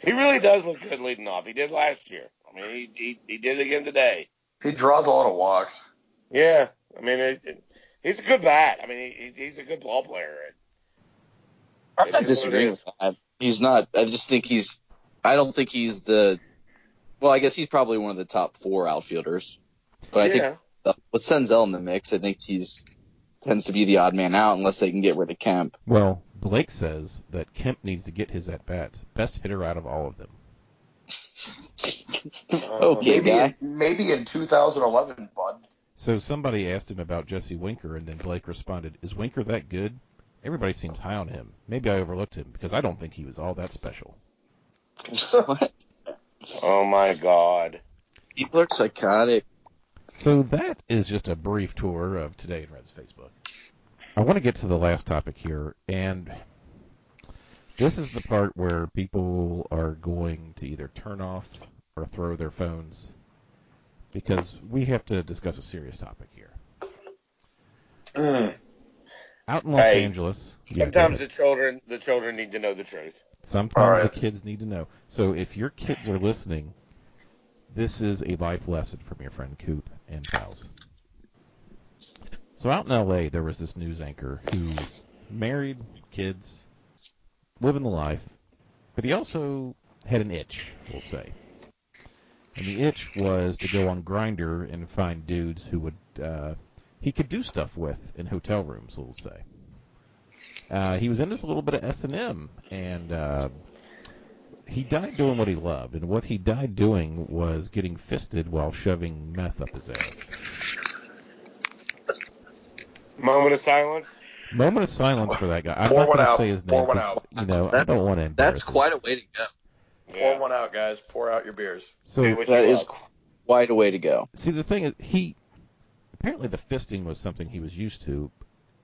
S4: He really does look good leading off. He did last year. I mean, he he, he did it again today.
S7: He draws a lot of walks.
S4: Yeah, I mean, it, it, he's a good bat. I mean, he, he- he's a good ball player.
S8: I'm
S4: It is
S8: not
S4: what it
S8: disagreeing
S4: is.
S8: with that. He's not. I just think he's. I don't think he's the. Well, I guess he's probably one of the top four outfielders. But I
S4: yeah.
S8: think uh, with Senzel in the mix, I think he's tends to be the odd man out unless they can get rid of Kemp.
S5: Well, Blake says that Kemp needs to get his at bats. Best hitter out of all of them.
S8: okay,
S7: maybe,
S8: guy.
S7: maybe in 2011, bud.
S5: So somebody asked him about Jesse Winker, and then Blake responded, "Is Winker that good? Everybody seems high on him. Maybe I overlooked him because I don't think he was all that special."
S8: What?
S4: Oh my God.
S8: People are psychotic.
S5: So that is just a brief tour of today in Red's Facebook. I want to get to the last topic here, and this is the part where people are going to either turn off or throw their phones because we have to discuss a serious topic here.
S9: Mm.
S5: Out in Los
S4: Hey,
S5: Angeles, yeah, go
S4: Sometimes
S5: ahead.
S4: the children the children need to know the truth.
S5: Sometimes
S9: Alright.
S5: the kids need to know. So if your kids are listening, this is a life lesson from your friend Coop and pals. So out in L.A., there was this news anchor who married, kids, living the life, but he also had an itch, we'll say. And the itch was to go on Grinder and find dudes who would uh, he could do stuff with in hotel rooms, we'll say. Uh, he was in this little bit of S and M, and uh, he died doing what he loved. And what he died doing was getting fisted while shoving meth up his ass.
S4: Moment of silence.
S5: Moment of silence for that guy. I'm
S7: Pour
S5: not
S7: one
S5: going to
S7: out.
S5: say his
S7: Pour
S5: name.
S7: one
S5: 'cause,
S7: out.
S5: You know, I
S8: That-
S5: don't want to.
S8: That's quite a way to go.
S4: Yeah.
S7: Pour one out, guys. Pour out your beers.
S5: So
S4: Do what
S8: That
S4: you
S8: is
S4: love.
S8: quite a way to go.
S5: See, the thing is, he apparently the fisting was something he was used to.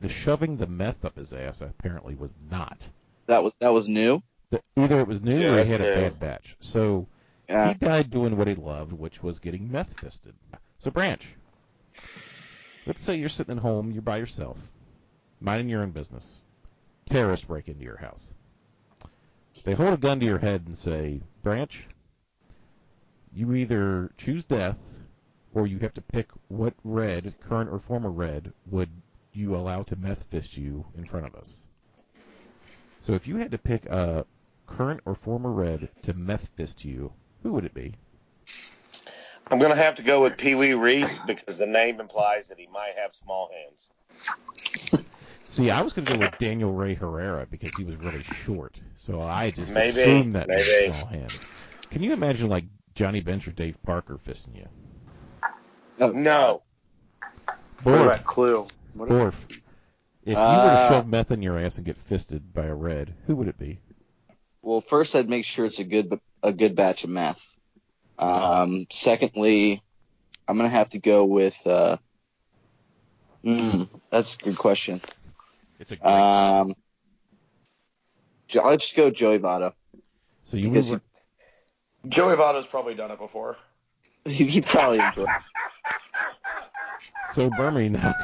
S5: The shoving the meth up his ass apparently was not.
S8: That was that was new.
S5: The- Either it was new
S4: Yeah,
S5: or he
S4: that's
S5: had a
S4: new.
S5: bad batch. So
S8: Yeah.
S5: he died doing what he loved, which was getting meth fisted. So Branch, let's say you're sitting at home, you're by yourself, minding your own business. Terrorists break into your house. They hold a gun to your head and say, Branch, you either choose death or you have to pick what red, current or former red, would you allow to meth fist you in front of us. So if you had to pick a current or former red to meth fist you, who would it be?
S4: I'm gonna have to go with Pee Wee Reese because the name implies that he might have small hands.
S5: See, I was going to go with Daniel Ray Herrera because he was really short, so I just
S4: Maybe,
S5: assumed that he was
S4: maybe.
S5: small hands. Can you imagine like Johnny Bench or Dave Parker fisting you?
S4: Oh, No.
S6: What
S5: Borf,
S6: about Clue? What about-
S5: Borf. If you were to
S8: Uh,
S5: shove meth in your ass and get fisted by a red, who would it be?
S8: Well, first I'd make sure it's a good a good batch of meth. Um, secondly, I'm gonna have to go with. Uh, mm, that's a good question.
S5: It's a great.
S8: Um, Jo- I'll just go Joey Votto.
S5: so you would,
S8: because
S7: Joey Votto's probably done it before.
S8: He, he probably enjoyed.
S5: so Burmy, now,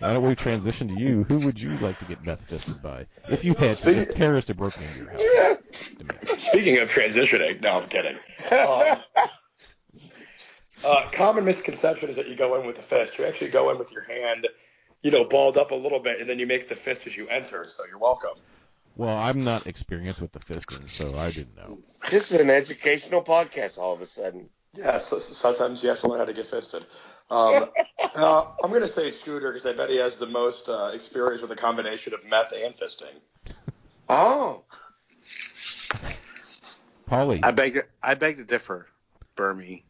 S5: now that we've transitioned to you, who would you like to get meth fisted by? If you had to, if terrorists had broken into your house. to meth.
S9: Speaking of transitioning, no, I'm kidding.
S7: Um, uh, common misconception is that you go in with a fist. You actually go in with your hand, you know, balled up a little bit, and then you make the fist as you enter. So you're welcome.
S5: Well, I'm not experienced with the fisting, so I didn't know.
S4: This is an educational podcast all of a sudden.
S7: Yeah, so, so sometimes you have to learn how to get fisted. Um, uh, I'm going to say Scooter because I bet he has the most uh, experience with a combination of meth and fisting.
S4: Oh.
S5: Polly,
S6: I beg to, I beg to differ, Burmy.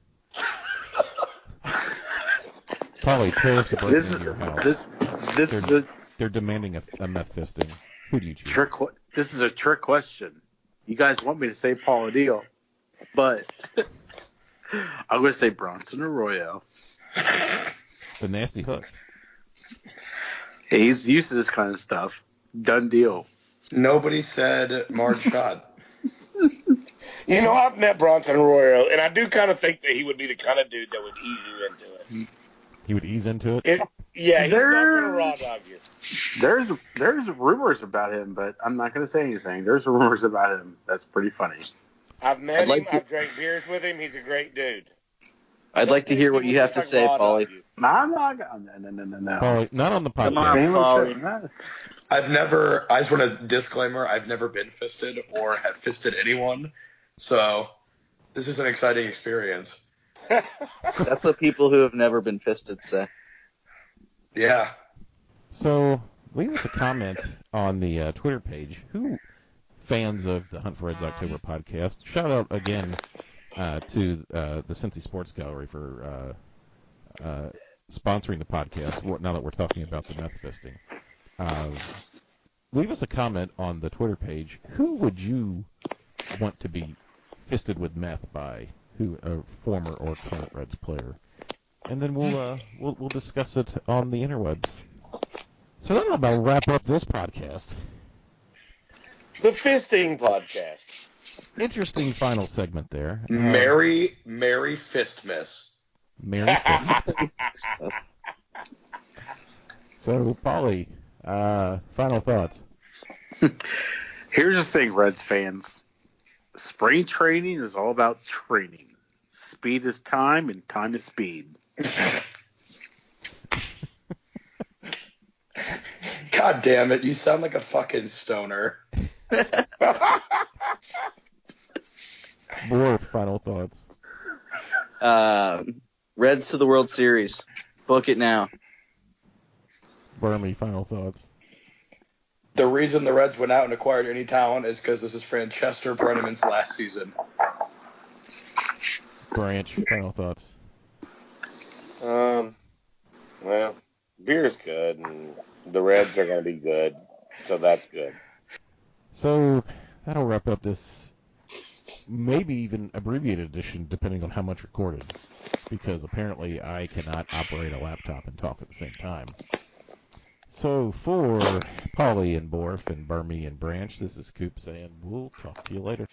S5: Polly, terrorists are breaking
S6: This
S5: into your
S6: is
S5: house.
S6: this this is a
S5: They're demanding a, a meth fisting. Who do you choose?
S6: trick. que- This is a trick question. You guys want me to say Paul O'Neill, but I'm going to say Bronson Arroyo.
S5: The nasty hook.
S6: He's used to this kind of stuff. Done deal.
S7: Nobody said Marge shot.
S4: You know, I've met Bronson Arroyo, and I do kind of think that he would be the kind of dude that would ease you into it.
S5: He would ease into it.
S4: it yeah, he's not
S6: There-
S4: going to raw dog you.
S6: There's there's rumors about him, but I'm not going to say anything. There's rumors about him. That's pretty funny.
S4: I've met
S8: I'd like
S4: him.
S8: to-
S4: I've drank beers with him. He's a great dude.
S8: I'd like to hear what you have to say, Polly.
S6: No, I'm not. No, no, no, no, no.
S5: Polly, not on the
S8: Come
S5: podcast.
S8: on.
S6: Name
S8: Polly.
S6: of the-
S7: I've never. I just want a disclaimer. I've never been fisted or have fisted anyone, so this is an exciting experience.
S8: That's what people who have never been fisted say.
S7: Yeah.
S5: So leave us a comment on the uh, Twitter page. Who fans of the Hunt for Reds October podcast? Shout out again uh, to uh, the Cincy Sports Gallery for uh, uh, sponsoring the podcast. w- Now that we're talking about the meth fisting, uh, leave us a comment on the Twitter page. Who would you want to be fisted with meth by? Who a former or current Reds player? And then we'll uh, we'll we'll discuss it on the interwebs. So that'll about wrap up this podcast.
S4: The fisting podcast.
S5: Interesting final segment there. Uh,
S7: Mary, Mary Fistmas.
S5: Merry Christmas. so, Polly, uh, final thoughts.
S6: Here's the thing, Reds fans. Spring training is all about training. Speed is time, and time is speed.
S9: God damn it, you sound like a fucking stoner.
S5: More final thoughts.
S8: Um, Reds to the World Series. Book it now.
S5: Burmy, final thoughts.
S9: The reason the Reds went out and acquired any talent is because this is Francesca Brenneman's last season.
S5: Branch, final thoughts.
S4: Um, well, beer's good, and the Reds are going to be good, so that's good.
S5: So that'll wrap up this maybe even abbreviated edition, depending on how much recorded, because apparently I cannot operate a laptop and talk at the same time. So for Polly and Borf and Burmy and Branch, this is Coop saying we'll talk to you later.